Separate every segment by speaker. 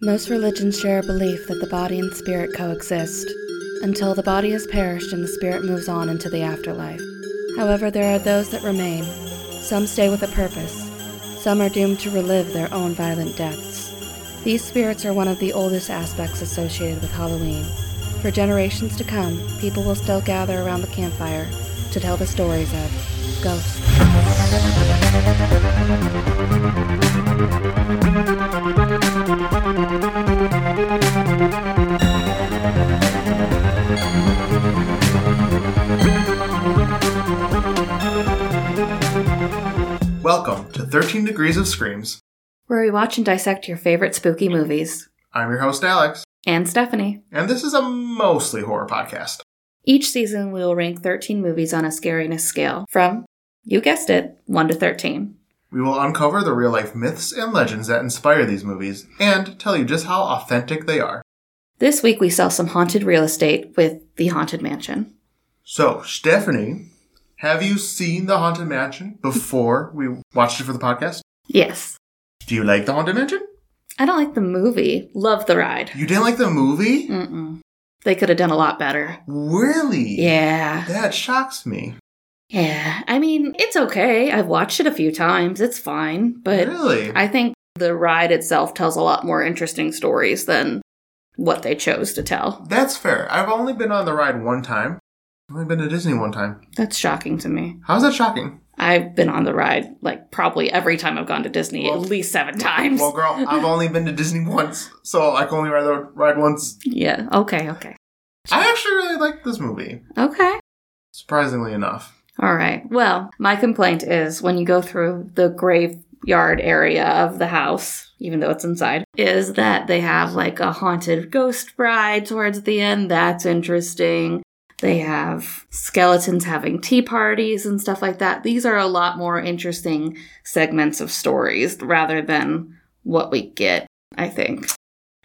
Speaker 1: Most religions share a belief that the body and spirit coexist until the body has perished and the spirit moves on into the afterlife. However, there are those that remain. Some stay with a purpose. Some are doomed to relive their own violent deaths. These spirits are one of the oldest aspects associated with Halloween. For generations to come, people will still gather around the campfire to tell the stories of ghosts.
Speaker 2: Welcome to 13 Degrees of Screams.
Speaker 1: Where we watch and dissect your favorite spooky movies.
Speaker 2: I'm your host, Alex,
Speaker 1: And Stephanie.
Speaker 2: and this is a mostly horror podcast.
Speaker 1: Each season, we will rank 13 movies on a scariness scale from, you guessed it, 1 to 13.
Speaker 2: We will uncover the real life myths and legends that inspire these movies and tell you just how authentic they are.
Speaker 1: This week, we sell some haunted real estate with The Haunted Mansion.
Speaker 2: So, Stephanie, have you seen The Haunted Mansion before we watched it for the podcast?
Speaker 1: Yes.
Speaker 2: Do you like The Haunted Mansion?
Speaker 1: I don't like the movie. Love the ride.
Speaker 2: You didn't like the movie?
Speaker 1: Mm-mm. They could have done a lot better.
Speaker 2: Really?
Speaker 1: Yeah.
Speaker 2: That shocks me.
Speaker 1: Yeah. I mean, it's okay. I've watched it a few times. It's fine. But
Speaker 2: really?
Speaker 1: I think the ride itself tells a lot more interesting stories than what they chose to tell.
Speaker 2: That's fair. I've only been on the ride one time. I've only been to Disney one time.
Speaker 1: That's shocking to me.
Speaker 2: How's that shocking?
Speaker 1: I've been on the ride like probably every time I've gone to Disney,
Speaker 2: Well-
Speaker 1: at least seven times.
Speaker 2: Well, girl, I've only been to Disney once, so I can only ride the ride once.
Speaker 1: yeah. Okay. Okay.
Speaker 2: I actually really like this movie,
Speaker 1: Okay.
Speaker 2: surprisingly enough.
Speaker 1: All right. Well, my complaint is when you go through the graveyard area of the house, even though it's inside, is that they have like a haunted ghost bride towards the end. That's interesting. They have skeletons having tea parties and stuff like that. These are a lot more interesting segments of stories rather than what we get, I think.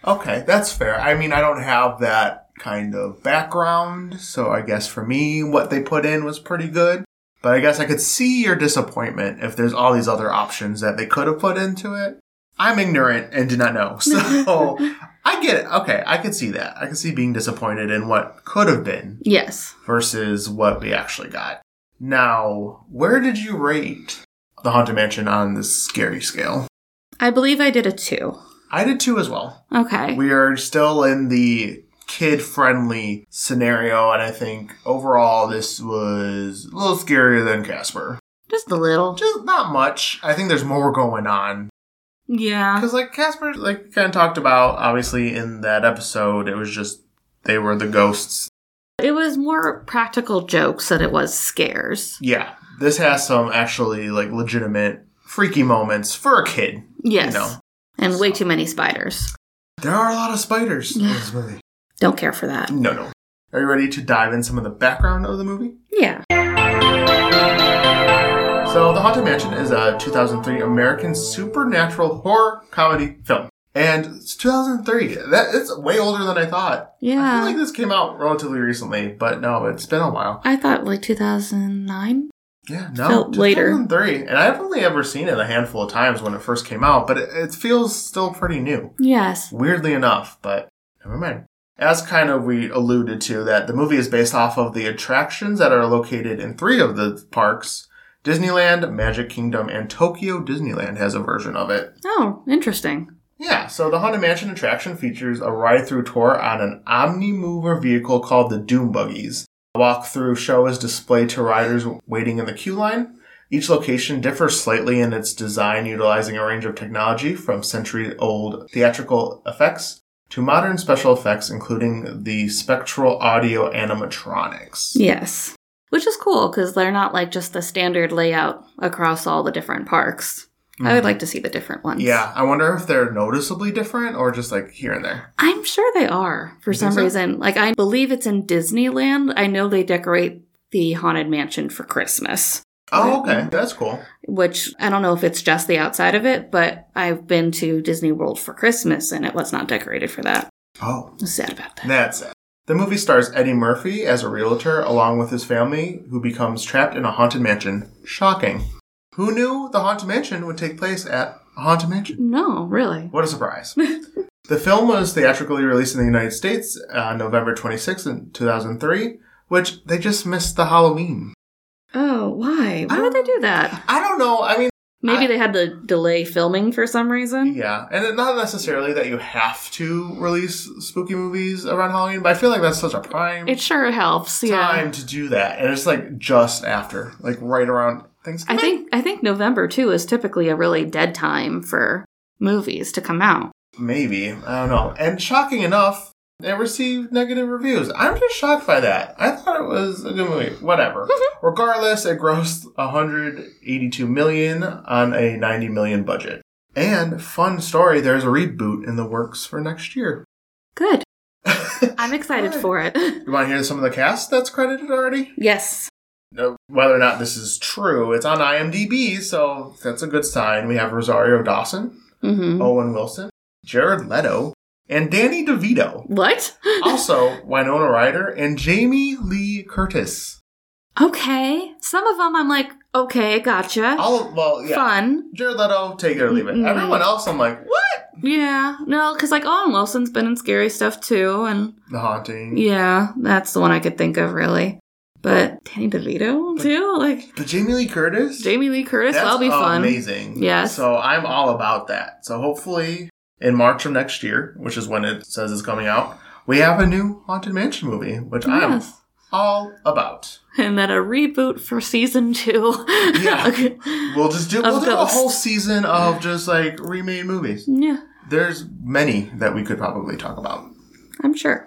Speaker 2: Okay, that's fair. I mean, I don't have that kind of background, so I guess for me, what they put in was pretty good. But I guess I could see your disappointment if there's all these other options that they could have put into it. I'm ignorant and did not know, so I get it. Okay, I could see that. I could see being disappointed in what could have been.
Speaker 1: Yes.
Speaker 2: versus what we actually got. Now, where did you rate The Haunted Mansion on the scary scale?
Speaker 1: I believe I did a two.
Speaker 2: I did too as well.
Speaker 1: Okay.
Speaker 2: We are still in the kid friendly scenario, and I think overall this was a little scarier than Casper.
Speaker 1: Just a little.
Speaker 2: Just not much. I think there's more going on.
Speaker 1: Yeah.
Speaker 2: Because, like, Casper, like, kind of talked about, obviously, in that episode, it was just they were the ghosts.
Speaker 1: It was more practical jokes than it was scares.
Speaker 2: Yeah, this has some actually, like, legitimate freaky moments for a kid.
Speaker 1: Yes.
Speaker 2: No.
Speaker 1: And way too many spiders.
Speaker 2: There are a lot of spiders in
Speaker 1: Yeah.
Speaker 2: this movie.
Speaker 1: Don't care for that.
Speaker 2: No, no. Are you ready to dive in some of the background of the movie?
Speaker 1: Yeah.
Speaker 2: So, The Haunted Mansion is a 2003 American supernatural horror comedy film. And it's 2003. That it's way older than I thought. I
Speaker 1: Yeah.
Speaker 2: feel like this came out relatively recently, but no, it's been a while.
Speaker 1: I thought like 2009.
Speaker 2: Yeah, no,
Speaker 1: Felt later.
Speaker 2: 2003. And I've only ever seen it a handful of times when it first came out, but it, it feels still pretty new.
Speaker 1: Yes.
Speaker 2: weirdly enough, but never mind. As kind of we alluded to, that the movie is based off of the attractions that are located in three of the parks Disneyland, Magic Kingdom, and Tokyo Disneyland has a version of it.
Speaker 1: Oh, interesting.
Speaker 2: Yeah, so the Haunted Mansion attraction features a ride through tour on an omnimover vehicle called the Doom Buggies. A walk through show is displayed to riders waiting in the queue line. Each location differs slightly in its design, utilizing a range of technology from century old theatrical effects to modern special effects, including the spectral audio animatronics.
Speaker 1: Yes. Which is cool because they're not like just the standard layout across all the different parks. I would like to see the different ones.
Speaker 2: Hmm. Mm-hmm. Yeah, I wonder if they're noticeably different or just like here and there.
Speaker 1: I'm sure they are for
Speaker 2: You think
Speaker 1: some
Speaker 2: so?
Speaker 1: reason. Like, I believe it's in Disneyland. I know they decorate the Haunted Mansion for Christmas.
Speaker 2: Oh, okay. That's cool.
Speaker 1: which I don't know if it's just the outside of it, but I've been to Disney World for Christmas and it was not decorated for that.
Speaker 2: Oh,
Speaker 1: I'm sad about that.
Speaker 2: That's it. The movie stars Eddie Murphy as a realtor along with his family, who becomes trapped in a haunted mansion. Shocking. Who knew the haunted mansion would take place at a haunted mansion?
Speaker 1: No, really.
Speaker 2: What a surprise. The film was theatrically released in the United States on November 26, in 2003, which they just missed the Halloween.
Speaker 1: Oh, why? Why would they do that?
Speaker 2: I don't know. I mean,
Speaker 1: Maybe
Speaker 2: I-
Speaker 1: they had to delay filming for some reason.
Speaker 2: yeah, and it- not necessarily that you have to release spooky movies around Halloween, but I feel like that's such a prime
Speaker 1: It sure helps.
Speaker 2: time
Speaker 1: Yeah.
Speaker 2: to do that. And it's like just after, like right around
Speaker 1: I
Speaker 2: Thanksgiving.
Speaker 1: think I think November too is typically a really dead time for movies to come out.
Speaker 2: Maybe. I don't know. And shocking enough, it received negative reviews. I'm just shocked by that. I thought it was a good movie. Whatever.
Speaker 1: Mm-hmm.
Speaker 2: Regardless, it grossed 182 million on a 90 million budget. And fun story, there's a reboot in the works for next year.
Speaker 1: Good.
Speaker 2: you
Speaker 1: I'm excited
Speaker 2: Good.
Speaker 1: for it.
Speaker 2: want to hear some of the cast that's credited already?
Speaker 1: yes.
Speaker 2: No, whether or not this is true, it's on IMDb, so that's a good sign. We have Rosario Dawson,
Speaker 1: hmm
Speaker 2: Owen Wilson, Jared Leto, and Danny DeVito.
Speaker 1: What?
Speaker 2: also Winona Ryder and Jamie Lee Curtis.
Speaker 1: Okay. Some of them I'm like, okay, gotcha.
Speaker 2: All well, yeah.
Speaker 1: Fun.
Speaker 2: Jared Leto, take it or leave it.
Speaker 1: Mm-mm.
Speaker 2: Everyone else, I'm like, what?
Speaker 1: Yeah. No, because like Owen Wilson's been in scary stuff too, and
Speaker 2: The haunting.
Speaker 1: yeah, that's the one I could think of really. But Danny DeVito too, like
Speaker 2: But Jamie Lee Curtis.
Speaker 1: Jamie Lee Curtis,
Speaker 2: That's
Speaker 1: that'll be fun.
Speaker 2: Amazing.
Speaker 1: Yes.
Speaker 2: So I'm all about that. So hopefully in March of next year, which is when it says it's coming out, we have a new haunted mansion movie, which I'm
Speaker 1: Yes.
Speaker 2: all about.
Speaker 1: And then a reboot for season two.
Speaker 2: Yeah.
Speaker 1: Okay.
Speaker 2: We'll just do we'll
Speaker 1: Of
Speaker 2: do a
Speaker 1: ghosts.
Speaker 2: whole season of just like remade movies.
Speaker 1: Yeah,
Speaker 2: There's many that we could probably talk about.
Speaker 1: I'm sure.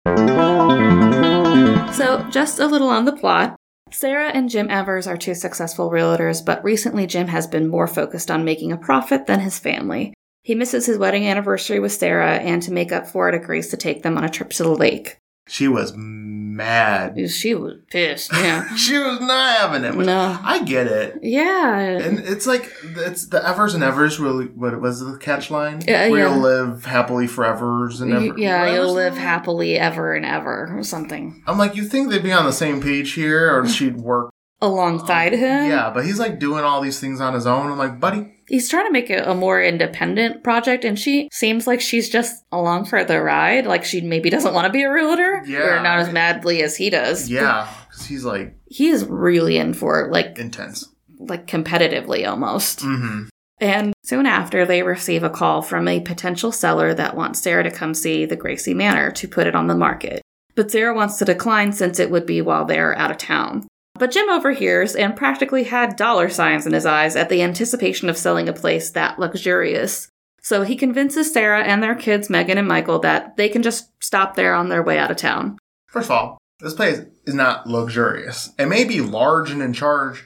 Speaker 1: So, just a little on the plot. Sarah and Jim Evers are two successful realtors, but recently Jim has been more focused on making a profit than his family. He misses his wedding anniversary with Sarah, and to make up for it, agrees to take them on a trip to the lake.
Speaker 2: She was mad.
Speaker 1: She was pissed, yeah.
Speaker 2: she was not having it. which-
Speaker 1: no.
Speaker 2: I get it.
Speaker 1: Yeah.
Speaker 2: And it's like it's the evers and evers really what was the catch line?
Speaker 1: Yeah,
Speaker 2: Where
Speaker 1: yeah.
Speaker 2: you'll live happily forevers and
Speaker 1: Y-
Speaker 2: ever.
Speaker 1: Yeah,
Speaker 2: whatever's
Speaker 1: you'll
Speaker 2: the
Speaker 1: live
Speaker 2: line?
Speaker 1: happily ever and ever, or something.
Speaker 2: I'm like, you think they'd be on the same page here or she'd work
Speaker 1: Alongside him?
Speaker 2: Yeah, but he's like doing all these things on his own. I'm like, buddy,
Speaker 1: He's trying to make it a more independent project, and she seems like she's just along for the ride. Like she maybe doesn't want to be a realtor,
Speaker 2: Yeah.
Speaker 1: or not as madly as he does.
Speaker 2: yeah, because he's like
Speaker 1: he is really in for it, like
Speaker 2: intense.
Speaker 1: like competitively almost.
Speaker 2: Mm-hmm.
Speaker 1: And soon after, they receive a call from a potential seller that wants Sarah to come see the Gracie Manor to put it on the market. But Sarah wants to decline since it would be while they're out of town. But Jim overhears and practically had dollar signs in his eyes at the anticipation of selling a place that luxurious. So he convinces Sarah and their kids, Megan and Michael, that they can just stop there on their way out of town.
Speaker 2: First of all, this place is not luxurious. It may be large and in charge.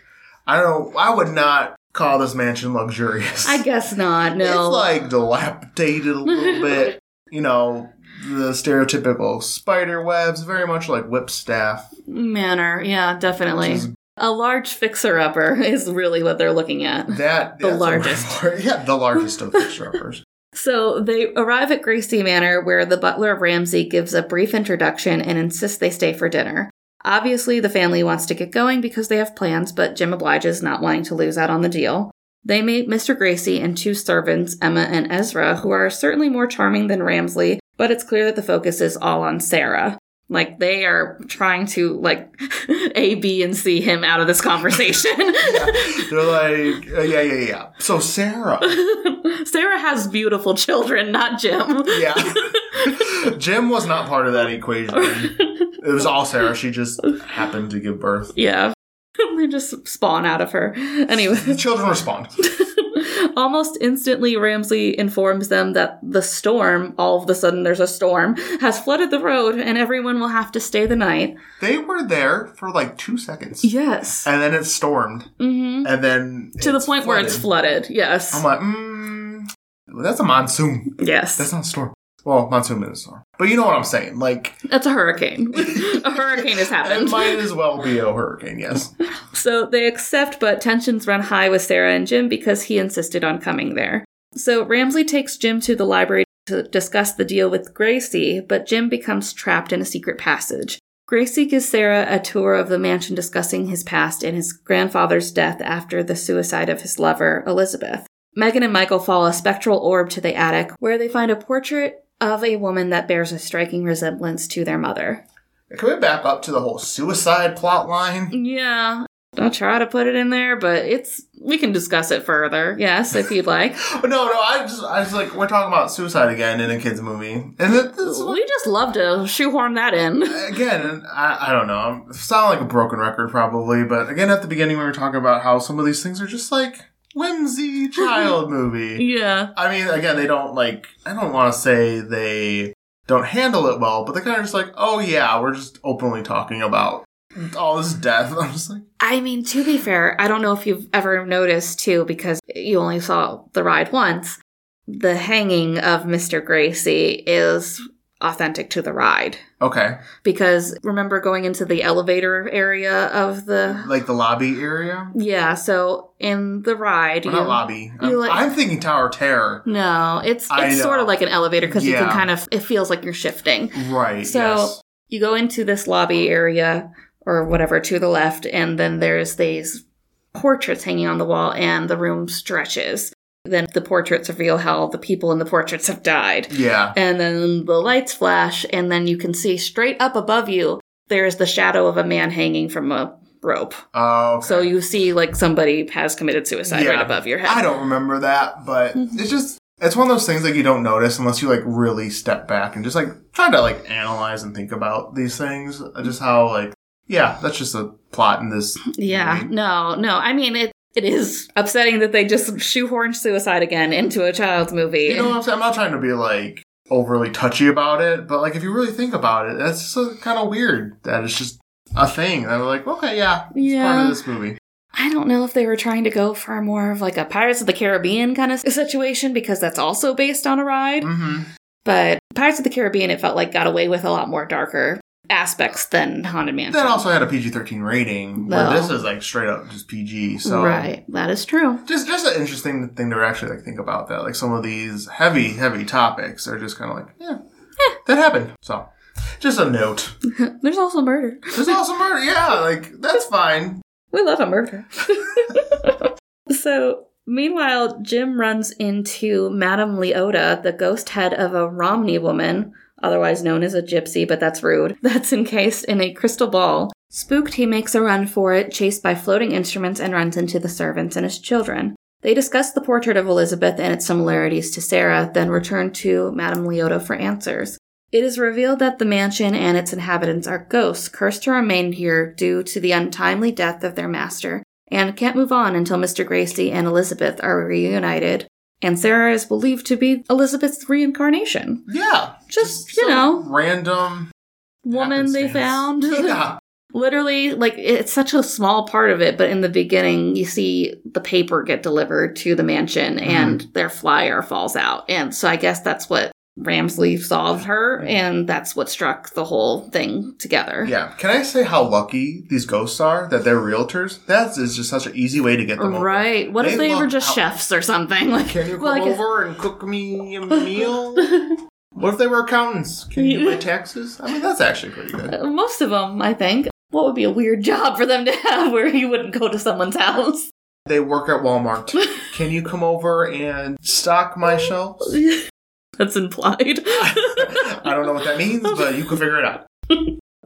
Speaker 2: I don't know. I would not call this mansion luxurious.
Speaker 1: I guess not, no.
Speaker 2: It's like dilapidated a little bit. You know, the stereotypical spider webs, very much like whip staff.
Speaker 1: Manor, yeah, definitely.
Speaker 2: Which is-
Speaker 1: A large fixer upper is really what they're looking at.
Speaker 2: That
Speaker 1: The
Speaker 2: that's a
Speaker 1: largest.
Speaker 2: word for- yeah, the largest of fish wrappers.
Speaker 1: So they arrive at Gracie Manor, where the butler of Ramsey gives a brief introduction and insists they stay for dinner. Obviously, the family wants to get going because they have plans, but Jim obliges, not wanting to lose out on the deal. They meet Mr. Gracie and two servants, Emma and Ezra, who are certainly more charming than Ramsley, but it's clear that the focus is all on Sarah. Like they are trying to like A, B, and C him out of this conversation.
Speaker 2: They're like, uh, yeah, yeah, yeah. So Sarah,
Speaker 1: Sarah has beautiful children, not Jim.
Speaker 2: yeah. Jim was not part of that equation. It was all Sarah. She just happened to give birth.
Speaker 1: yeah. they just spawn out of her. Anyway.
Speaker 2: The children respond.
Speaker 1: Almost instantly, Ramsey informs them that the storm, all of a sudden there's a storm, has flooded the road and everyone will have to stay the night.
Speaker 2: They were there for like two seconds,
Speaker 1: Yes.
Speaker 2: and then it stormed,
Speaker 1: hmm
Speaker 2: and then
Speaker 1: To the point where it's
Speaker 2: flooded. Oh
Speaker 1: flooded. Yes.
Speaker 2: I'm like, mm, that's a monsoon.
Speaker 1: yes.
Speaker 2: That's
Speaker 1: That's,
Speaker 2: not a storm. Well, monsoon is a storm. But you know what I'm saying. Like,
Speaker 1: a hurricane. a hurricane has happened.
Speaker 2: it might as well be a hurricane, yes.
Speaker 1: So they accept, but tensions run high with Sarah and Jim because he insisted on coming there. So Ramsley takes Jim to the library to discuss the deal with Gracie, but Jim becomes trapped in a secret passage. Gracie gives Sarah a tour of the mansion discussing his past and his grandfather's death after the suicide of his lover, Elizabeth. Megan and Michael follow a spectral orb to the attic, where they find a portrait of a woman that bears a striking resemblance to their mother.
Speaker 2: Can we back up to the whole suicide plot line?
Speaker 1: Yeah. I'll try to put it in there, but it's we can discuss it further. Yes, if you'd like.
Speaker 2: Oh, No, no, I just, I just like, we're talking about suicide again in a kid's movie. And it, this,
Speaker 1: we just love to shoehorn that in.
Speaker 2: again, I, I don't know, I'm sound like a broken record probably, but again, at the beginning, we were talking about how some of these things are just like whimsy child movie.
Speaker 1: Yeah.
Speaker 2: I mean, again, they don't like. I don't want to say they don't handle it well, but they're kind of just like, oh yeah, we're just openly talking about all this death. I'm just like,
Speaker 1: I mean, to be fair, I don't know if you've ever noticed too, because you only saw the ride once. The hanging of Mr. Gracie is authentic to the ride.
Speaker 2: okay,
Speaker 1: Because remember going into the elevator area of the
Speaker 2: like the lobby area.
Speaker 1: Yeah, so in the ride
Speaker 2: Or
Speaker 1: you-
Speaker 2: not lobby. I'm,
Speaker 1: you like-
Speaker 2: I'm thinking Tower of Terror.
Speaker 1: No, it's
Speaker 2: I
Speaker 1: it's
Speaker 2: know.
Speaker 1: sort of like an elevator because you
Speaker 2: Yeah.
Speaker 1: can kind of it feels like you're shifting.
Speaker 2: Right.
Speaker 1: Mm. So-
Speaker 2: yes.
Speaker 1: You go into this lobby area or whatever to the left, and then there's these portraits hanging on the wall, and the room stretches. Then the portraits reveal how the people in the portraits have died,
Speaker 2: Yeah.
Speaker 1: and then the lights flash, and then you can see straight up above you there's the shadow of a man hanging from a rope.
Speaker 2: Oh. okay.
Speaker 1: So you see like somebody has committed suicide
Speaker 2: Yeah.
Speaker 1: right above your head.
Speaker 2: I don't remember that, but it's just. It's one of those things like you don't notice unless you like really step back and just like try to like analyze and think about these things. Uh, Just how like yeah, that's just a plot in this
Speaker 1: Yeah,
Speaker 2: Right.
Speaker 1: no, no. I mean, it it is upsetting that they just shoehorn suicide again into a child's movie.
Speaker 2: You know what I'm saying? I'm not trying to be like overly touchy about it, but like if you really think about it, that's just uh, kind of weird that it's just a thing. And I'm like, okay, yeah, it's part
Speaker 1: Yeah.
Speaker 2: of this movie.
Speaker 1: I don't know if they were trying to go for more of like a Pirates of the Caribbean kind of situation because that's also based on a ride.
Speaker 2: hmm
Speaker 1: But Pirates of the Caribbean, it felt like got away with a lot more darker aspects than Haunted Mansion.
Speaker 2: That also had a PG-13 rating,
Speaker 1: No.
Speaker 2: where this is like straight up just PG. So
Speaker 1: right, that is true.
Speaker 2: just just an interesting thing to actually like think about that. Like some of these heavy, heavy topics are just kind of like, yeah, that happened. So just a note.
Speaker 1: There's also murder.
Speaker 2: There's also murder. Yeah, like that's fine.
Speaker 1: We love a murder. so, meanwhile, Jim runs into Madame Leota, the ghost head of a Romney woman, otherwise known as a gypsy, but that's rude, that's encased in a crystal ball. Spooked, he makes a run for it, chased by floating instruments, and runs into the servants and his children. They discuss the portrait of Elizabeth and its similarities to Sarah, then return to Madame Leota for answers. It is revealed that the mansion and its inhabitants are ghosts cursed to remain here due to the untimely death of their master and can't move on until Mr. Gracie and Elizabeth are reunited. And Sarah is believed to be Elizabeth's reincarnation.
Speaker 2: Yeah,
Speaker 1: Just, you
Speaker 2: some
Speaker 1: know.
Speaker 2: random
Speaker 1: Woman they found.
Speaker 2: happenstance. Yeah.
Speaker 1: Literally, like, it's such a small part of it, but in the beginning, you see the paper get delivered to the mansion
Speaker 2: Mm-hmm.
Speaker 1: and their flyer falls out. And so I guess that's what Ramsley solved her, and that's what struck the whole thing together.
Speaker 2: Yeah. Can I say how lucky these ghosts are that they're realtors? That is just such an easy way to get them over.
Speaker 1: Right. What if
Speaker 2: They
Speaker 1: they were
Speaker 2: love
Speaker 1: just
Speaker 2: out-
Speaker 1: chefs or something? Like,
Speaker 2: Can you come
Speaker 1: well, I guess-
Speaker 2: over and cook me a meal? what if they were accountants? Can you do my taxes? I mean, that's actually pretty good.
Speaker 1: Uh, most of them, I think. What would be a weird job for them to have where you wouldn't go to someone's house?
Speaker 2: They work at Walmart. Can you come over and stock
Speaker 1: Oh.
Speaker 2: my shelves?
Speaker 1: That's implied.
Speaker 2: I don't know what that means, but you can figure it out.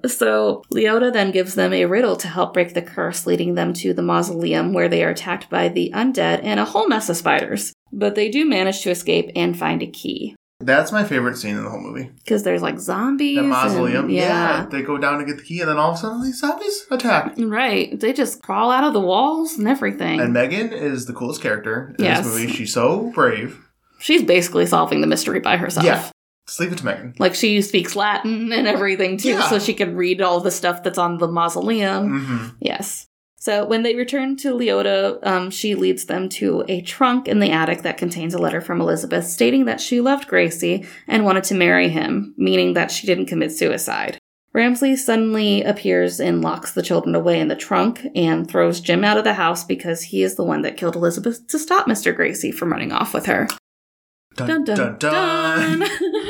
Speaker 1: So, Leota then gives them a riddle to help break the curse, leading them to the mausoleum where they are attacked by the undead and a whole mess of spiders. But they do manage to escape and find a key.
Speaker 2: That's my favorite scene in the whole movie.
Speaker 1: Because there's like zombies.
Speaker 2: The
Speaker 1: and-
Speaker 2: mausoleum. yeah.
Speaker 1: yeah.
Speaker 2: They go down to get the key, and then all of a sudden, these zombies attack.
Speaker 1: Right. They just crawl out of the walls and everything.
Speaker 2: And Megan is the coolest character in
Speaker 1: Yes.
Speaker 2: this movie. She's so brave.
Speaker 1: She's basically solving the mystery by herself.
Speaker 2: Yeah. Just leave it to Megan.
Speaker 1: Like she speaks Latin and everything too,
Speaker 2: Yeah.
Speaker 1: so she can read all the stuff that's on the mausoleum.
Speaker 2: hmm
Speaker 1: Yes. So when they return to Leota, um, she leads them to a trunk in the attic that contains a letter from Elizabeth stating that she loved Gracie and wanted to marry him, meaning that she didn't commit suicide. Ramsley suddenly appears and locks the children away in the trunk and throws Jim out of the house because he is the one that killed Elizabeth to stop Mr. Gracie from running off with her. Dun, dun, dun.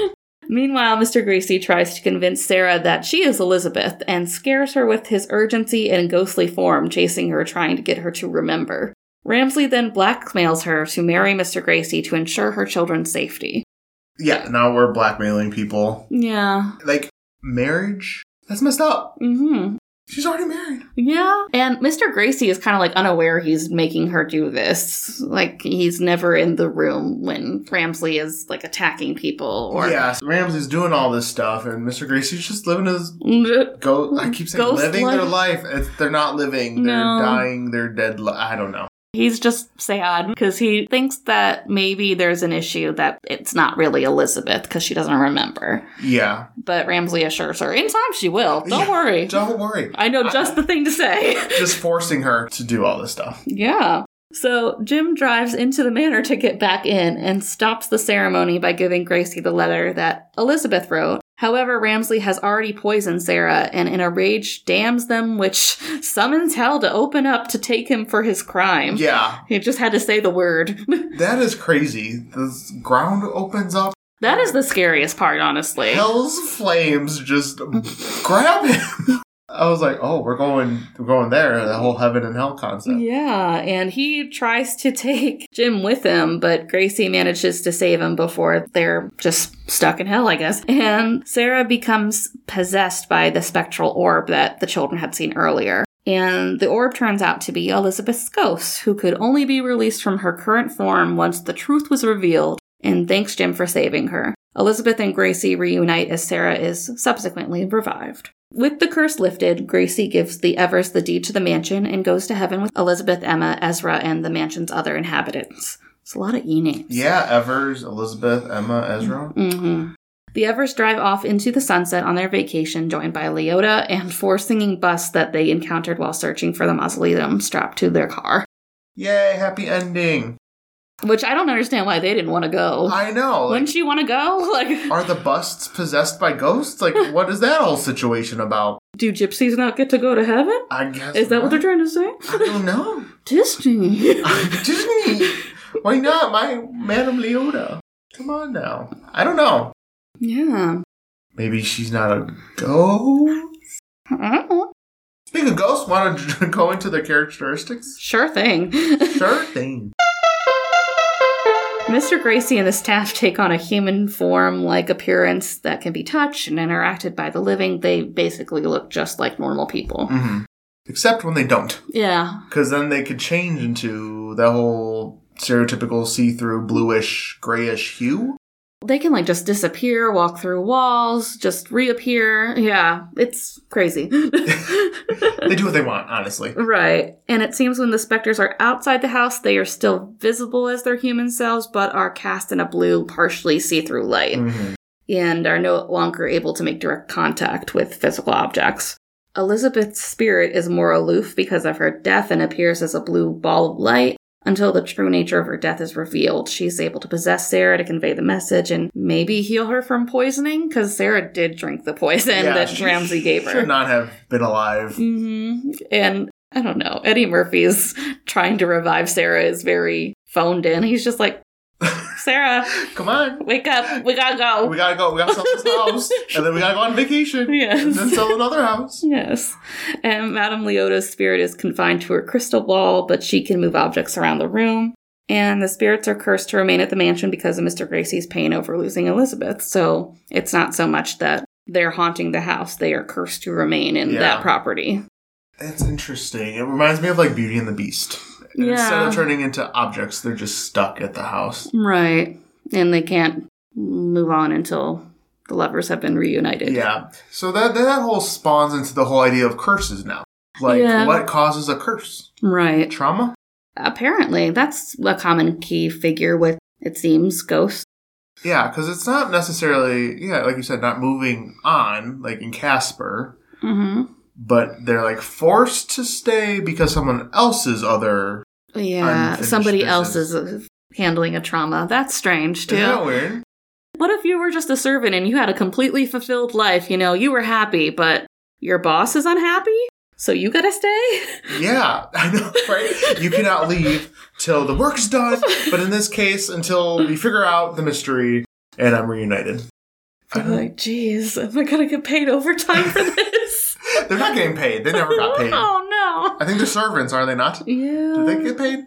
Speaker 1: Meanwhile, Mr. Gracie tries to convince Sarah that she is Elizabeth and scares her with his urgency and ghostly form, chasing her, trying to get her to remember. Ramsley then blackmails her to marry Mr. Gracie to ensure her children's safety.
Speaker 2: Yeah, now we're blackmailing people.
Speaker 1: Yeah.
Speaker 2: Like, marriage? That's messed up.
Speaker 1: Mm-hmm.
Speaker 2: She's already married.
Speaker 1: Yeah. And Mr. Gracie is kind of like unaware he's making her do this. Like he's never in the room when Ramsley is like attacking people or
Speaker 2: yeah, so Ramsey's doing all this stuff, and Mr. Gracie's just living his go. I keep saying
Speaker 1: Ghost
Speaker 2: living their
Speaker 1: life.
Speaker 2: life. It's, they're not living.
Speaker 1: No.
Speaker 2: They're dying. They're dead. Li- I don't know.
Speaker 1: He's just sad because he thinks that maybe there's an issue that it's not really Elizabeth because she doesn't remember.
Speaker 2: Yeah,
Speaker 1: But Ramsley assures her, in time she will. Don't
Speaker 2: Yeah.
Speaker 1: worry.
Speaker 2: don't worry.
Speaker 1: I know just the thing to say.
Speaker 2: Just forcing her to do all this stuff.
Speaker 1: yeah. So Jim drives into the manor to get back in and stops the ceremony by giving Gracie the letter that Elizabeth wrote. However, Ramsley has already poisoned Sarah and in a rage damns them, which summons hell to open up to take him for his crime.
Speaker 2: Yeah,
Speaker 1: He just had to say the word.
Speaker 2: that is crazy. The ground opens up.
Speaker 1: That is the scariest part, honestly.
Speaker 2: Hell's flames just grab him. I was like, oh, we're going, we're going there. The whole heaven and hell concept.
Speaker 1: Yeah, and he tries to take Jim with him, but Gracie manages to save him before they're just stuck in hell, I guess. And Sarah becomes possessed by the spectral orb that the children had seen earlier. And the orb turns out to be Elizabeth's ghost, who could only be released from her current form once the truth was revealed, and thanks Jim for saving her. Elizabeth and Gracie reunite as Sarah is subsequently revived. With the curse lifted, Gracie gives the Evers the deed to the mansion and goes to heaven with Elizabeth, Emma, Ezra, and the mansion's other inhabitants. It's a lot of E names.
Speaker 2: Yeah, Evers, Elizabeth, Emma, Ezra.
Speaker 1: hmm The Evers drive off into the sunset on their vacation, joined by Leota and four singing busts that they encountered while searching for the mausoleum strapped to their car.
Speaker 2: Yay, happy ending.
Speaker 1: Which I don't understand why they didn't want to go.
Speaker 2: I know. like,
Speaker 1: Wouldn't you want to go? Like,
Speaker 2: are the busts possessed by ghosts? Like, what is that whole situation about?
Speaker 1: do gypsies not get to go to heaven?
Speaker 2: I guess.
Speaker 1: Is that what they're trying to say?
Speaker 2: I don't know.
Speaker 1: Disney.
Speaker 2: Disney. Why not, my Madame Leota? Come on now. I don't know.
Speaker 1: yeah.
Speaker 2: Maybe she's not a ghost.
Speaker 1: I don't know.
Speaker 2: Speaking of ghosts, want to go into their characteristics?
Speaker 1: Sure thing.
Speaker 2: Sure thing.
Speaker 1: Mr. Gracie and the staff take on a human form like appearance that can be touched and interacted by the living. They basically look just like normal people.
Speaker 2: hmm Except when they don't,
Speaker 1: Yeah.
Speaker 2: because then they could change into the whole stereotypical see-through bluish grayish hue.
Speaker 1: They can like just disappear, walk through walls, just reappear. Yeah, it's crazy.
Speaker 2: They do what they want, honestly.
Speaker 1: Right. And it seems when the specters are outside the house, they are still visible as their human selves, but are cast in a blue, partially see through light
Speaker 2: Mhm.
Speaker 1: and are no longer able to make direct contact with physical objects. Elizabeth's spirit is more aloof because of her death and appears as a blue ball of light. Until the true nature of her death is revealed, she's able to possess Sarah to convey the message and maybe heal her from poisoning, because Sarah did drink the poison
Speaker 2: Yeah,
Speaker 1: that
Speaker 2: she
Speaker 1: Ramsey gave her.
Speaker 2: Should not have been alive.
Speaker 1: hmm And I don't know. Eddie Murphy's trying to revive Sarah is very phoned in. He's just like, Sarah,
Speaker 2: Come on.
Speaker 1: wake up. We gotta go.
Speaker 2: We gotta go. We gotta sell this house. And then we gotta go on vacation. And then
Speaker 1: yes.
Speaker 2: sell another house.
Speaker 1: Yes. And Madame Leota's spirit is confined to her crystal ball, but she can move objects around the room. And the spirits are cursed to remain at the mansion because of Mr. Gracie's pain over losing Elizabeth. So it's not so much that they're haunting the house, they are cursed to remain in
Speaker 2: Yeah.
Speaker 1: that property.
Speaker 2: It's interesting. It reminds me of like Beauty and the Beast. And Instead
Speaker 1: Yeah.
Speaker 2: of turning into objects, they're just stuck at the house.
Speaker 1: Right. And they can't move on until the lovers have been reunited.
Speaker 2: Yeah. So that that whole spawns into the whole idea of curses now. Like
Speaker 1: Yeah.
Speaker 2: what causes a curse?
Speaker 1: Right.
Speaker 2: Trauma?
Speaker 1: Apparently, that's a common key figure with, it seems, ghosts.
Speaker 2: Yeah, because it's not necessarily yeah, like you said, not moving on, like in Casper, Mm-hmm.
Speaker 1: Mm
Speaker 2: but they're like forced to stay because someone else's other
Speaker 1: hmm. Yeah.
Speaker 2: Unfinished
Speaker 1: Somebody
Speaker 2: business.
Speaker 1: else is uh, handling a trauma. That's strange, too.
Speaker 2: Isn't that weird?
Speaker 1: What if you were just a servant and you had a completely fulfilled life? You know, you were happy, but your boss is unhappy? So you gotta stay?
Speaker 2: Yeah, I know, right? you cannot leave till the work's done, but in this case, until we figure out the mystery and I'm reunited. I
Speaker 1: I'm like, geez, am I gonna get paid overtime for this?
Speaker 2: They're not getting paid. They never got paid. I
Speaker 1: oh no.
Speaker 2: think they're servants, are they not?
Speaker 1: Yeah.
Speaker 2: Do they get paid?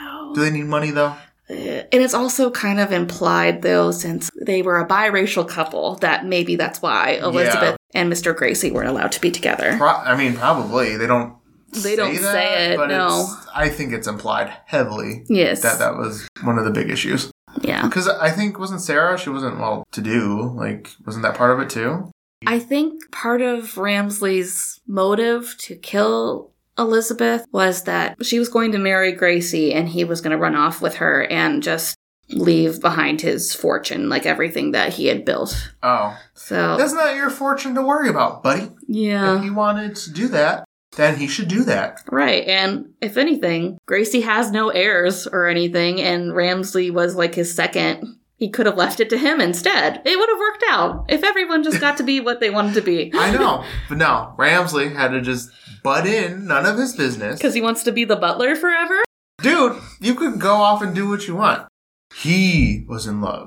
Speaker 1: No.
Speaker 2: Do they need money though?
Speaker 1: Oh. And it's also kind of implied, though, since they were a biracial couple, that maybe that's why Elizabeth and Mr. Gracie weren't allowed to be together.
Speaker 2: Pro- I mean, probably they don't.
Speaker 1: They don't say it,
Speaker 2: But
Speaker 1: no.
Speaker 2: it's- I think it's implied heavily
Speaker 1: Yes.
Speaker 2: that that was one of the big issues.
Speaker 1: yeah.
Speaker 2: Because I think wasn't Sarah? She wasn't well to do. Like, wasn't that part of it too?
Speaker 1: I think part of Ramsley's motive to kill Elizabeth was that she was going to marry Gracie and he was going to run off with her and just leave behind his fortune, like everything that he had built.
Speaker 2: Oh,
Speaker 1: So,
Speaker 2: that's not your fortune to worry about, buddy.
Speaker 1: yeah.
Speaker 2: If he wanted to do that, then he should do that.
Speaker 1: Right, and if anything, Gracie has no heirs or anything, and Ramsley was like his second. He could have left it to him instead. It would have worked out if everyone just got to be what they wanted to be.
Speaker 2: I know, but no, Ramsley had to just butt in none of his business.
Speaker 1: Because he wants to be the butler forever?
Speaker 2: Dude, you could go off and do what you want. He was in love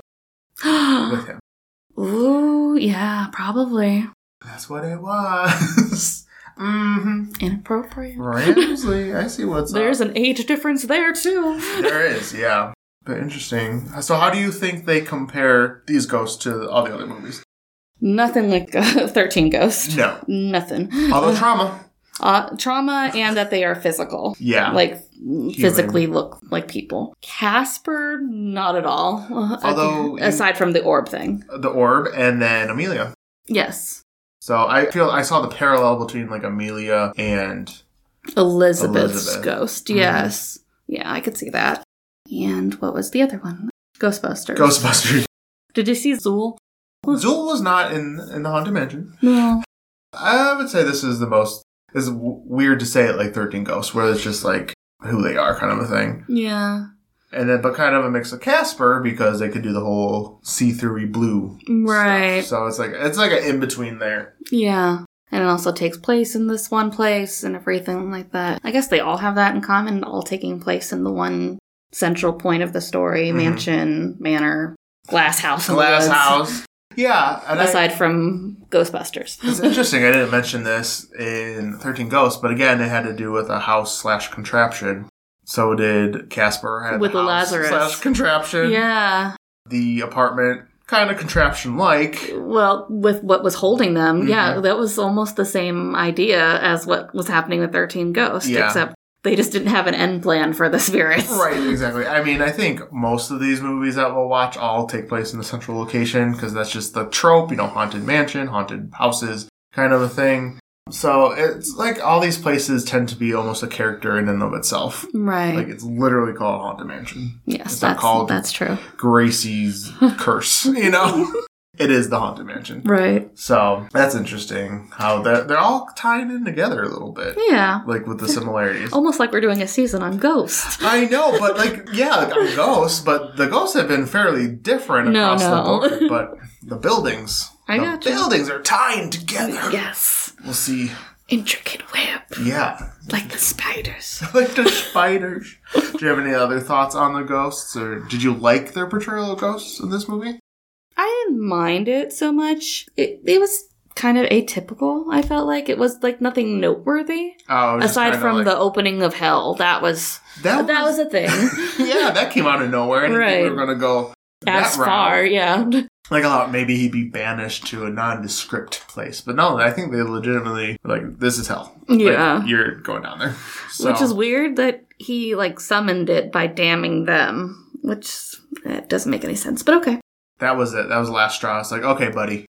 Speaker 2: with him.
Speaker 1: Ooh, yeah, probably.
Speaker 2: That's what it was. mm-hmm.
Speaker 1: Inappropriate.
Speaker 2: Ramsley, I see what's
Speaker 1: There's
Speaker 2: up.
Speaker 1: an age difference there, too.
Speaker 2: there is, yeah. But interesting. So, how do you think they compare these ghosts to all the other movies?
Speaker 1: Nothing like uh, 13 Ghost.
Speaker 2: No.
Speaker 1: Nothing.
Speaker 2: Although trauma,
Speaker 1: Uh, trauma and that they are physical.
Speaker 2: yeah.
Speaker 1: like physically look like people. Casper, not at all. Uh, I
Speaker 2: Although
Speaker 1: think-
Speaker 2: you-
Speaker 1: aside from the orb thing,
Speaker 2: the orb, and then Amelia.
Speaker 1: yes,
Speaker 2: So I feel I saw the parallel between like Amelia and
Speaker 1: Elizabeth's
Speaker 2: Elizabeth.
Speaker 1: ghost.
Speaker 2: Mhm.
Speaker 1: Yes, yeah, I could see that. And what was the other one? Ghostbusters.
Speaker 2: Ghostbusters.
Speaker 1: Did you see Zool?
Speaker 2: Zool was not in in the haunted mansion.
Speaker 1: No.
Speaker 2: I would say this is the most is w- weird to say it like thirteen ghosts, where it's just like who they are kind of a thing,
Speaker 1: Yeah.
Speaker 2: and then but kind of a mix of Casper because they could do the whole see through blue.
Speaker 1: Right.
Speaker 2: Stuff. So it's like it's like an in between there.
Speaker 1: Yeah. And it also takes place in this one place and everything like that. I guess they all have that in common, all taking place in the one central point of the story
Speaker 2: Mhm.
Speaker 1: mansion, manor, glass house. in the
Speaker 2: Glass
Speaker 1: woods.
Speaker 2: house. Yeah, and I,
Speaker 1: aside from Ghostbusters.
Speaker 2: it's interesting. I didn't mention this in Thirteen Ghosts, but again, it had to do with a house slash contraption. So did Casper had
Speaker 1: With
Speaker 2: the
Speaker 1: the
Speaker 2: house
Speaker 1: Lazarus.
Speaker 2: slash contraption.
Speaker 1: yeah.
Speaker 2: the apartment kind of contraption like.
Speaker 1: Well, with what was holding them, yeah,
Speaker 2: Mhm.
Speaker 1: that was almost the same idea as what was happening with 13 Ghosts,
Speaker 2: Yeah.
Speaker 1: except they just didn't have an end plan for the spirits.
Speaker 2: Right, exactly. I mean, I think most of these movies that we'll watch all take place in the central location because that's just the trope, you know, haunted mansion, haunted houses kind of a thing. So it's like all these places tend to be almost a character in and of itself.
Speaker 1: Right.
Speaker 2: Like it's literally called Haunted Mansion.
Speaker 1: yes,
Speaker 2: it's not
Speaker 1: that's,
Speaker 2: called-
Speaker 1: that's true.
Speaker 2: Gracie's curse, you know? it is the Haunted Mansion.
Speaker 1: Right.
Speaker 2: So that's interesting how they're, they're all tying in together a little bit,
Speaker 1: Yeah.
Speaker 2: like with the similarities.
Speaker 1: Almost like we're doing a season on ghosts.
Speaker 2: I know, but like, yeah, like, I'm ghosts, but the ghosts have been fairly different
Speaker 1: No,
Speaker 2: across
Speaker 1: no.
Speaker 2: the board. But the buildings,
Speaker 1: I
Speaker 2: the
Speaker 1: gotcha.
Speaker 2: buildings are tying together.
Speaker 1: yes.
Speaker 2: We'll see.
Speaker 1: Intricate web,
Speaker 2: Yeah,
Speaker 1: like the spiders.
Speaker 2: like the spiders. Do you have any other thoughts on the ghosts, or did you like their portrayal of ghosts in this movie?
Speaker 1: I didn't mind it so much. It, it was kind of atypical, I felt like. It was like nothing noteworthy.
Speaker 2: Oh, it was just
Speaker 1: aside
Speaker 2: kinda
Speaker 1: from
Speaker 2: like-
Speaker 1: the opening of hell that was
Speaker 2: that,
Speaker 1: that was a thing
Speaker 2: yeah, that came out of nowhere. I didn't think we
Speaker 1: Right.
Speaker 2: were gonna go
Speaker 1: as
Speaker 2: that route.
Speaker 1: far yeah
Speaker 2: Like I thought maybe he'd be banished to a nondescript place, but no, I think they legitimately were like this is hell. Like,
Speaker 1: Yeah.
Speaker 2: you're going down there, So-
Speaker 1: which is weird that he like summoned it by damning them which it doesn't make any sense but okay
Speaker 2: that was it. That was the last straw. It's like okay, buddy,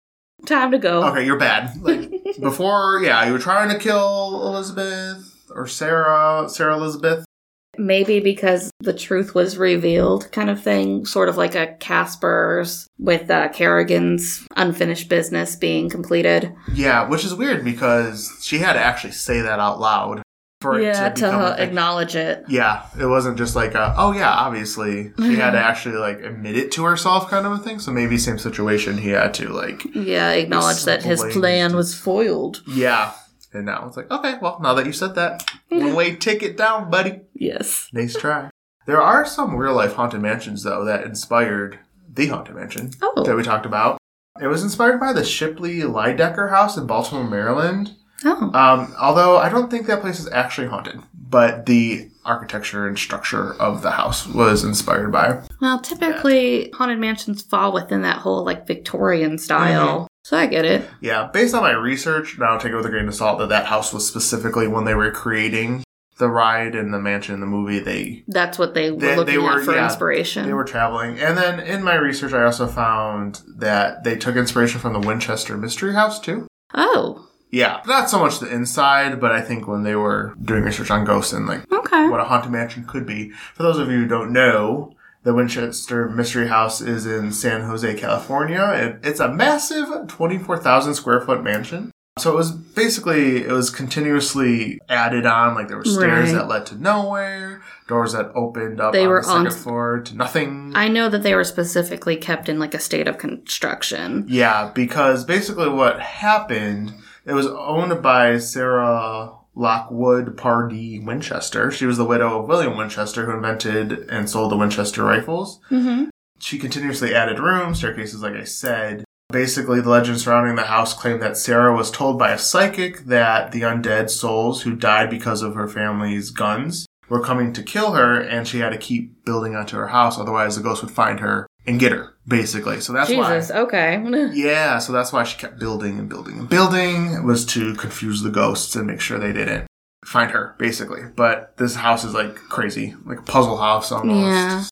Speaker 1: time to go
Speaker 2: okay, you're bad. Like before, yeah, you were trying to kill Elizabeth or Sarah, Sarah Elizabeth.
Speaker 1: maybe because the truth was revealed kind of thing sort of like a casper's with uh, kerrigan's unfinished business being completed
Speaker 2: Yeah, which is weird because she had to actually say that out loud for
Speaker 1: yeah
Speaker 2: it to,
Speaker 1: to,
Speaker 2: become a thing.
Speaker 1: acknowledge it
Speaker 2: Yeah, it wasn't just like, a, oh yeah, obviously. She had to actually like admit it to herself, kind of a thing. So maybe same situation. He had to like,
Speaker 1: yeah acknowledge that his
Speaker 2: Explained.
Speaker 1: plan was foiled
Speaker 2: yeah. And now it's like, okay, well, now that you said that, one way ticket down, buddy.
Speaker 1: yes
Speaker 2: Nice try. There are some real life haunted mansions though that inspired the haunted mansion
Speaker 1: Oh.
Speaker 2: that we talked about. It was inspired by the Shipley Lidecker House in Baltimore, Maryland.
Speaker 1: oh
Speaker 2: Um, although I don't think that place is actually haunted, but the architecture and structure of the house was inspired by.
Speaker 1: Well, typically haunted mansions fall within that whole like Victorian style.
Speaker 2: Mm-hmm.
Speaker 1: So I get it.
Speaker 2: Yeah, based on my research, now take it with a grain of salt that that house was specifically when they were creating the ride and the mansion in the movie. They
Speaker 1: That's what they were
Speaker 2: They-
Speaker 1: looking
Speaker 2: they were-
Speaker 1: at for
Speaker 2: yeah,
Speaker 1: inspiration.
Speaker 2: they were traveling, and then in my research, I also found that they took inspiration from the Winchester Mystery House too.
Speaker 1: oh,
Speaker 2: Yeah, not so much the inside, but I think when they were doing research on ghosts and like
Speaker 1: okay.
Speaker 2: what a haunted mansion could be. For those of you who don't know, the Winchester Mystery House is in San Jose, California. and it's a massive 24,000 square foot mansion. So it was basically it was continuously added on. Like there were stairs
Speaker 1: Right.
Speaker 2: that led to nowhere, doors that opened up
Speaker 1: They
Speaker 2: on
Speaker 1: were
Speaker 2: the
Speaker 1: on-
Speaker 2: second floor to nothing.
Speaker 1: I know that they were specifically kept in like a state of construction.
Speaker 2: Yeah, because basically what happened, it was owned by Sarah Lockwood Pardee Winchester. She was the widow of William Winchester, who invented and sold the Winchester rifles.
Speaker 1: Mm-hmm.
Speaker 2: She continuously added rooms, staircases, like I said. Basically, the legend surrounding the house claimed that Sarah was told by a psychic that the undead souls who died because of her family's guns were coming to kill her, and she had to keep building onto her house, otherwise the ghost would find her and get her, basically. So that's why.
Speaker 1: Jesus. Okay.
Speaker 2: Yeah, so that's why she kept building and building and building was to confuse the ghosts and make sure they didn't find her, basically. But this house is like crazy, like a puzzle house almost.
Speaker 1: Yeah.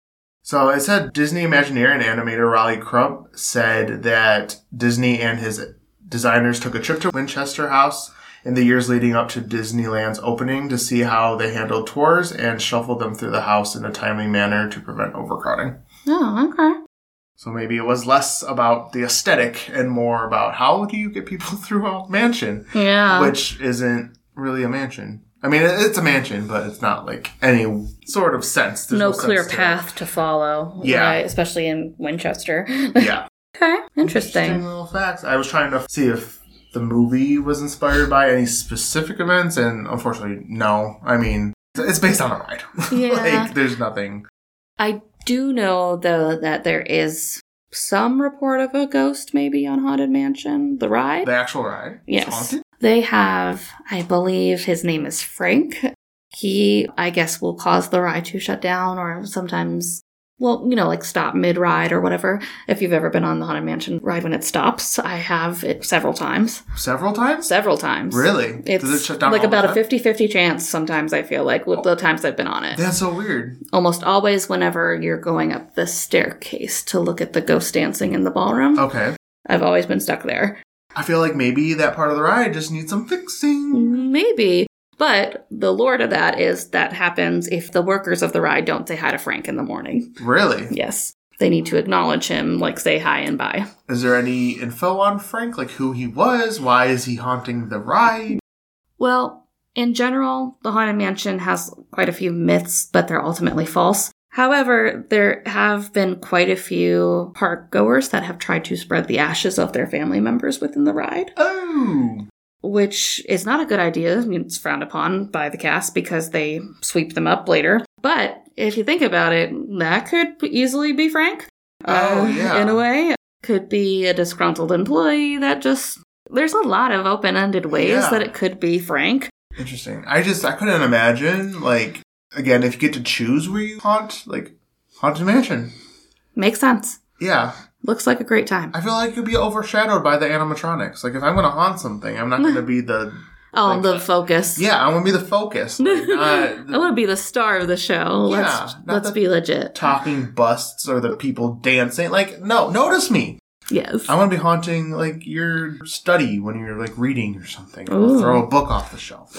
Speaker 2: So it said Disney Imagineer and animator Raleigh Crump said that Disney and his designers took a trip to Winchester House in the years leading up to Disneyland's opening to see how they handled tours and shuffled them through the house in a timely manner to prevent overcrowding.
Speaker 1: Oh, okay.
Speaker 2: So maybe it was less about the aesthetic and more about how do you get people through a mansion,
Speaker 1: Yeah.
Speaker 2: which isn't really a mansion. I mean, it- it's a mansion, but it's not like any sort of sense. There's
Speaker 1: no
Speaker 2: sense
Speaker 1: clear
Speaker 2: to it.
Speaker 1: path to follow.
Speaker 2: Yeah.
Speaker 1: Right, especially in Winchester.
Speaker 2: Yeah.
Speaker 1: okay. Interesting.
Speaker 2: little facts. I was trying to see if the movie was inspired by any specific events, and unfortunately, no. I mean, it's based on a ride.
Speaker 1: Yeah.
Speaker 2: like, there's nothing.
Speaker 1: I do know though that there is some report of a ghost maybe on Haunted Mansion, the ride.
Speaker 2: The actual ride. is
Speaker 1: yes.
Speaker 2: haunted.
Speaker 1: They have, I believe his name is Frank. He, I guess, will cause the ride to shut down or sometimes, well, you know, like stop mid ride or whatever. If you've ever been on the Haunted Mansion ride when it stops, I have it several times.
Speaker 2: Several times?
Speaker 1: Several times.
Speaker 2: Really?
Speaker 1: It's
Speaker 2: Does it shut down
Speaker 1: like
Speaker 2: all the
Speaker 1: about a
Speaker 2: time? Oh.
Speaker 1: 50 50 chance sometimes, I feel like, with the times I've been on it.
Speaker 2: That's so weird.
Speaker 1: Almost always, whenever you're going up the staircase to look at the ghost dancing in the ballroom,
Speaker 2: Okay.
Speaker 1: I've always been stuck there.
Speaker 2: I feel like maybe that part of the ride just needs some fixing.
Speaker 1: Mm-hmm. Maybe. But the lore to that is that happens if the workers of the ride don't say hi to Frank in the morning.
Speaker 2: Really?
Speaker 1: Yes. They need to acknowledge him, like say hi and bye.
Speaker 2: Is there any info on Frank? Like who he was? Why is he haunting the ride?
Speaker 1: Well, in general, the Haunted Mansion has quite a few myths, but they're ultimately false. However, there have been quite a few park goers that have tried to spread the ashes of their family members within the ride,
Speaker 2: Oh,
Speaker 1: which is not a good idea. I mean, it's frowned upon by the cast because they sweep them up later. But if you think about it, that could easily be Frank. Uh,
Speaker 2: Oh, yeah.
Speaker 1: In a way, could be a disgruntled employee that just. There's a lot of open ended ways
Speaker 2: Yeah.
Speaker 1: that it could be Frank.
Speaker 2: interesting. I just I couldn't imagine. Like again, if you get to choose where you haunt, like haunted mansion.
Speaker 1: Makes sense.
Speaker 2: Yeah,
Speaker 1: Looks like a great time.
Speaker 2: I feel like you'd be overshadowed by the animatronics. Like if I'm gonna haunt something, I'm not gonna be the
Speaker 1: Oh,
Speaker 2: like-
Speaker 1: the focus.
Speaker 2: yeah. I want to be the focus, like, not
Speaker 1: I
Speaker 2: the
Speaker 1: want to be the star of the show.
Speaker 2: Yeah,
Speaker 1: let's
Speaker 2: not
Speaker 1: let's
Speaker 2: the-
Speaker 1: be legit.
Speaker 2: talking busts or the people dancing. Like no, notice me.
Speaker 1: Yes.
Speaker 2: I want to be haunting like your study when you're like reading or something. Or
Speaker 1: Ooh.
Speaker 2: throw a book off the shelf.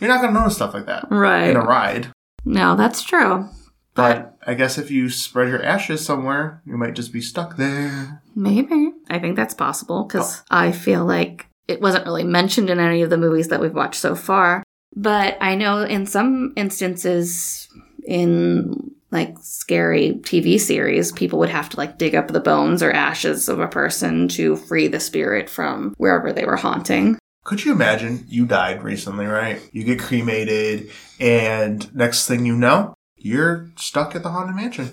Speaker 2: you're not gonna notice stuff like that in a
Speaker 1: right.
Speaker 2: ride.
Speaker 1: No, that's true.
Speaker 2: But I guess if you spread your ashes somewhere, you might just be stuck there.
Speaker 1: Maybe. I think that's possible
Speaker 2: Oh.
Speaker 1: because I feel like it wasn't really mentioned in any of the movies that we've watched so far. But I know in some instances, in like scary TV series, people would have to like dig up the bones or ashes of a person to free the spirit from wherever they were haunting.
Speaker 2: Could you imagine? You died recently, right? You get cremated, and next thing you know, you're stuck at the haunted mansion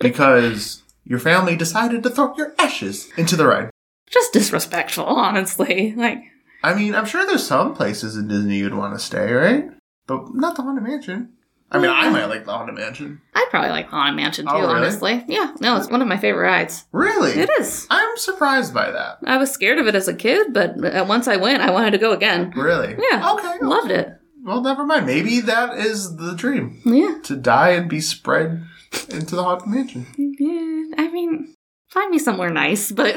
Speaker 2: because your family decided to throw your ashes into the ride.
Speaker 1: Just disrespectful, honestly. Like,
Speaker 2: I mean, I'm sure there's some places in Disney you'd want to stay, right? But not the haunted mansion. I mean, I might like the Haunted Mansion.
Speaker 1: I'd probably like Haunted Mansion too,
Speaker 2: Oh, really?
Speaker 1: honestly. Yeah, no, it's one of my favorite rides.
Speaker 2: Really?
Speaker 1: It is.
Speaker 2: I'm surprised by that.
Speaker 1: I was scared of it as a kid, but uh, once I went, I wanted to go again.
Speaker 2: Really?
Speaker 1: Yeah.
Speaker 2: Okay.
Speaker 1: Loved it.
Speaker 2: Well, never mind. Maybe that is the dream
Speaker 1: Yeah.
Speaker 2: to die and be spread into the Haunted Mansion.
Speaker 1: yeah. I mean, find me somewhere nice, but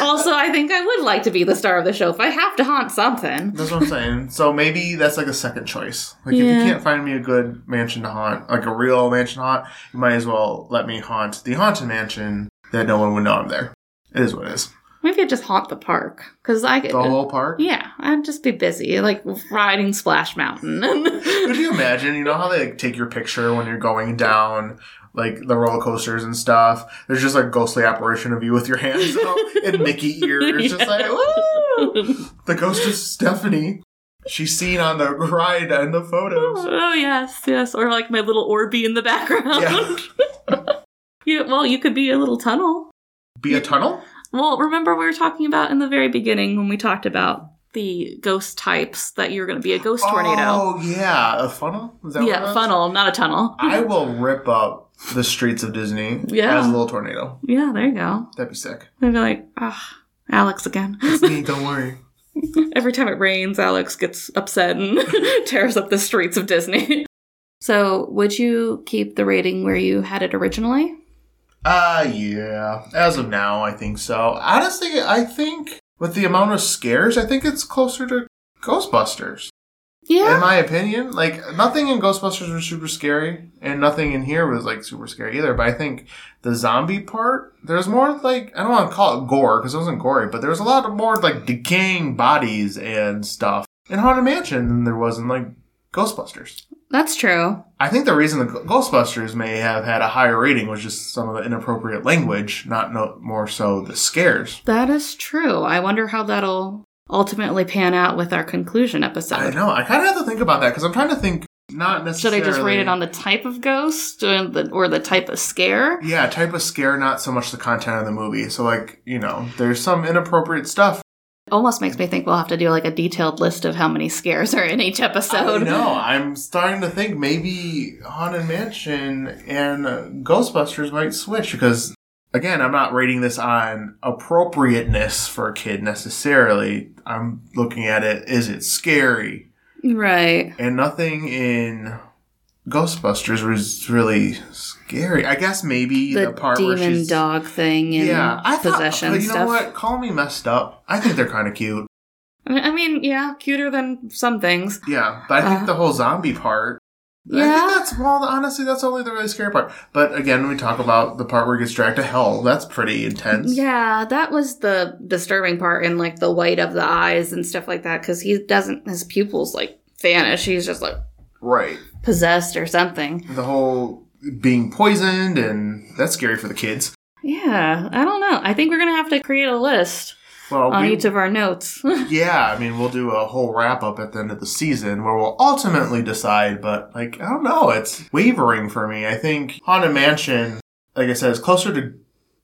Speaker 1: also I think I would like to be the star of the show if I have to haunt something.
Speaker 2: That's what I'm saying. So maybe that's like a second choice. Like if
Speaker 1: Yeah.
Speaker 2: you can't find me a good mansion to haunt, like a real mansion haunt, you might as well let me haunt the haunted mansion that no one would know I'm there. It is what it is.
Speaker 1: Maybe I'd just haunt the park because I could.
Speaker 2: The whole park.
Speaker 1: Yeah, I'd just be busy, like riding Splash Mountain.
Speaker 2: Could you imagine? You know how they like take your picture when you're going down like the roller coasters and stuff. There's just like ghostly apparition of you with your hands up and Mickey ears, just like woo. The ghost of Stephanie. She's seen on the ride and the photos.
Speaker 1: Oh yes, yes, or like my little Orby in the background.
Speaker 2: Yeah.
Speaker 1: You- well, you could be a little tunnel.
Speaker 2: Be a tunnel.
Speaker 1: Well, remember we were talking about in the very beginning when we talked about the ghost types that you're going to be a ghost tornado.
Speaker 2: Oh yeah, a funnel. Is that what it
Speaker 1: Yeah,
Speaker 2: was?
Speaker 1: funnel, not a tunnel.
Speaker 2: I will rip up the streets of Disney
Speaker 1: Yeah.
Speaker 2: as a little tornado.
Speaker 1: yeah, there you go.
Speaker 2: That'd be sick.
Speaker 1: They'd be like, ah, Alex again.
Speaker 2: It's me. Don't worry.
Speaker 1: Every time it rains, Alex gets upset and tears up the streets of Disney. So, would you keep the rating where you had it originally?
Speaker 2: Uh yeah. As of now, I think so. Honestly, I think with the amount of scares, I think it's closer to Ghostbusters. In
Speaker 1: Yeah.
Speaker 2: my opinion, like nothing in Ghostbusters was super scary, and nothing in here was like super scary either. But I think the zombie part, there's more like I don't want to call it gore because it wasn't gory, but there was a lot of more like decaying bodies and stuff in Haunted Mansion than there was in like Ghostbusters.
Speaker 1: That's true.
Speaker 2: I think the reason the Gh- Ghostbusters may have had a higher rating was just some of the inappropriate language, not no, more so the scares.
Speaker 1: That is true. I wonder how that'll ultimately pan out with our conclusion
Speaker 2: I
Speaker 1: episode.
Speaker 2: know. I kind of have to think about that because I'm trying to think
Speaker 1: Should
Speaker 2: not
Speaker 1: I
Speaker 2: necessarily.
Speaker 1: just rate it on the type of ghost or the, or the type of scare?
Speaker 2: Yeah, type of scare, not so much the content of the movie. So, like, you know, there's some inappropriate stuff.
Speaker 1: Almost makes me think we'll have to do like a detailed list of how many scares are in each
Speaker 2: I
Speaker 1: episode.
Speaker 2: know. I'm starting to think maybe Haunted Mansion and uh, Ghostbusters might switch because, again, I'm not rating this on appropriateness for a kid necessarily. I'm looking at it, is it scary?
Speaker 1: Right.
Speaker 2: and nothing in Ghostbusters was really scary. I guess maybe the,
Speaker 1: The,
Speaker 2: part where
Speaker 1: demon
Speaker 2: she's
Speaker 1: dog thing and
Speaker 2: yeah, I thought,
Speaker 1: possession
Speaker 2: but you
Speaker 1: stuff.
Speaker 2: know what? Call me messed up. I think they're kind of cute.
Speaker 1: I mean- I mean, yeah, cuter than some things.
Speaker 2: Yeah, but I think
Speaker 1: Uh,
Speaker 2: the whole zombie part. I
Speaker 1: Yeah.
Speaker 2: think that's well. Honestly, that's only the really scary part. But again, we talk about the part where he gets dragged to hell. That's pretty intense.
Speaker 1: Yeah, that was the disturbing part in like the white of the eyes and stuff like that because he doesn't, his pupils like vanish. He's just like
Speaker 2: right.
Speaker 1: possessed or something.
Speaker 2: The whole being poisoned and that's scary for the kids.
Speaker 1: Yeah, I don't know. I think we're going to have to create a list
Speaker 2: Well,
Speaker 1: on
Speaker 2: we,
Speaker 1: each of our notes.
Speaker 2: Yeah, I mean, we'll do a whole wrap up at the end of the season where we'll ultimately decide, but like, I don't know, it's wavering for me. I think Haunted Mansion, like I said, is closer to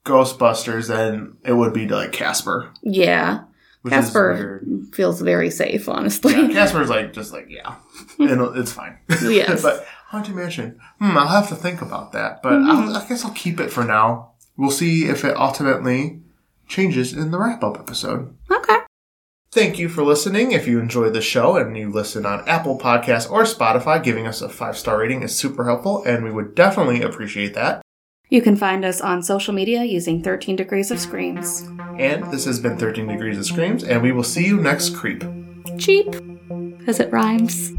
Speaker 2: Ghostbusters than it would be to like Casper.
Speaker 1: yeah,
Speaker 2: Which is
Speaker 1: Casper
Speaker 2: weird.
Speaker 1: feels very safe, honestly.
Speaker 2: Yeah, Casper's like, just like, yeah, and it's fine.
Speaker 1: Yes.
Speaker 2: but Haunted Mansion, hmm, I'll have to think about that, but I'll, I guess I'll keep it for now. We'll see if it ultimately changes in the wrap up episode.
Speaker 1: Okay.
Speaker 2: Thank you for listening. If you enjoyed the show and you listen on Apple Podcasts or Spotify, giving us a five star rating is super helpful, and we would definitely appreciate that.
Speaker 1: You can find us on social media using 13 Degrees of Screams.
Speaker 2: And this has been 13 Degrees of Screams, and we will see you next creep.
Speaker 1: Cheap, because it rhymes.